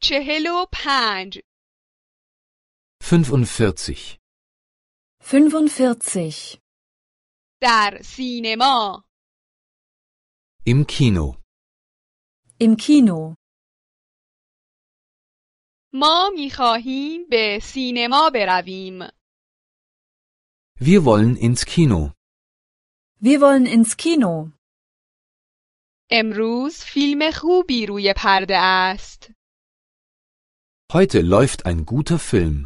چهل و پنج 45. 45. در سینما Im Kino. Im Kino. ما میخواهیم به سینما برویم Wir wollen ins Kino. Wir wollen ins Kino. امروز فیلم خوبی روی پرده است Heute läuft ein guter Film.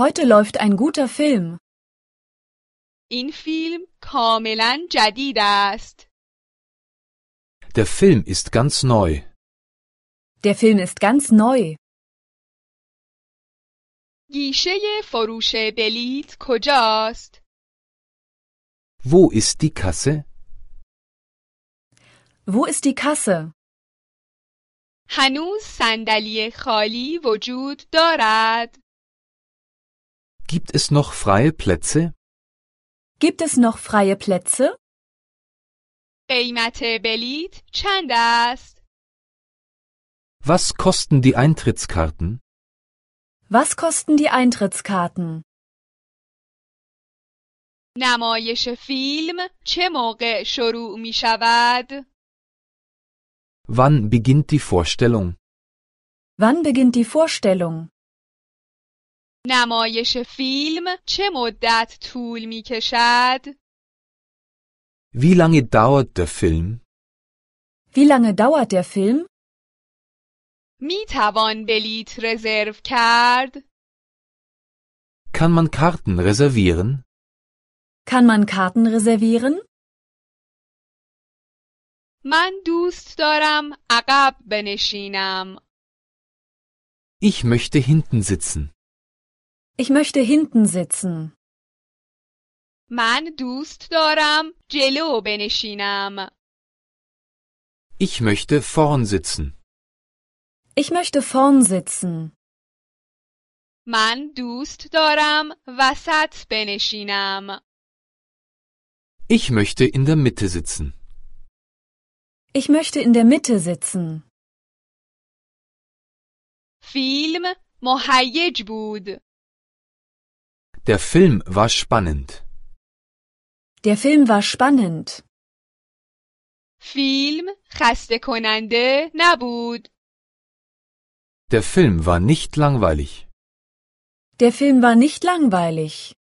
Heute läuft ein guter Film. این فیلم کاملا جدید است Der Film ist ganz neu. Der Film ist ganz neu. گیشه فروش بلیت کجاست Wo ist die Kasse? Wo ist die Kasse? هنوز صندلی خالی وجود دارد Gibt es noch freie Plätze? Gibt es noch freie Plätze? قیمت بلیت چند است Was kosten die Eintrittskarten? Was kosten die Eintrittskarten? نمایش فیلم چه موقع شروع می شود؟ Wann beginnt die Vorstellung? Wann beginnt die Vorstellung? نمایش فیلم چه مدت طول می کشد؟ Wie lange dauert der Film? Wie lange dauert der Film? می توان بلیت رزرو کرد؟ Kann man Karten reservieren? Kann man Karten reservieren? من دوست دارم عقب بنشینم. Ich möchte hinten sitzen. Ich möchte hinten sitzen. من دوست دارم جلو بنشینم. Ich möchte vorn sitzen. Ich möchte vorn sitzen. من دوست دارم وسط بنشینم. Ich möchte in der Mitte sitzen. Ich möchte in der Mitte sitzen. فیلم مهیج بود. Der Film war spannend. Der Film war spannend. فیلم خسته کننده نبود. Der Film war nicht langweilig. Der Film war nicht langweilig.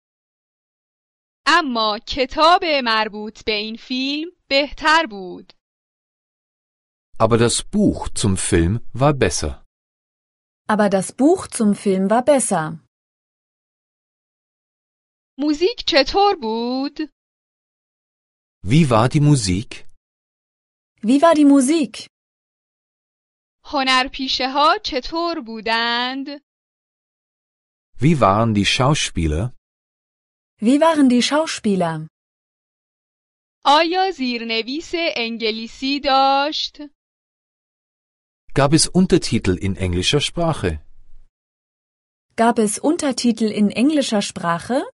اما کتاب مربوط به این فیلم بهتر بود. Aber das Buch zum Film war besser. Aber das Buch zum Film war besser. موزیک چطور بود؟ Wie war die Musik? Wie war die Musik? هنرپیشه ها چطور بودند؟ Wie waren die Schauspieler? Wie waren die Schauspieler? آیا زیرنویس انگلیسی داشت؟ Gab es Untertitel in englischer Sprache? Gab es Untertitel in englischer Sprache?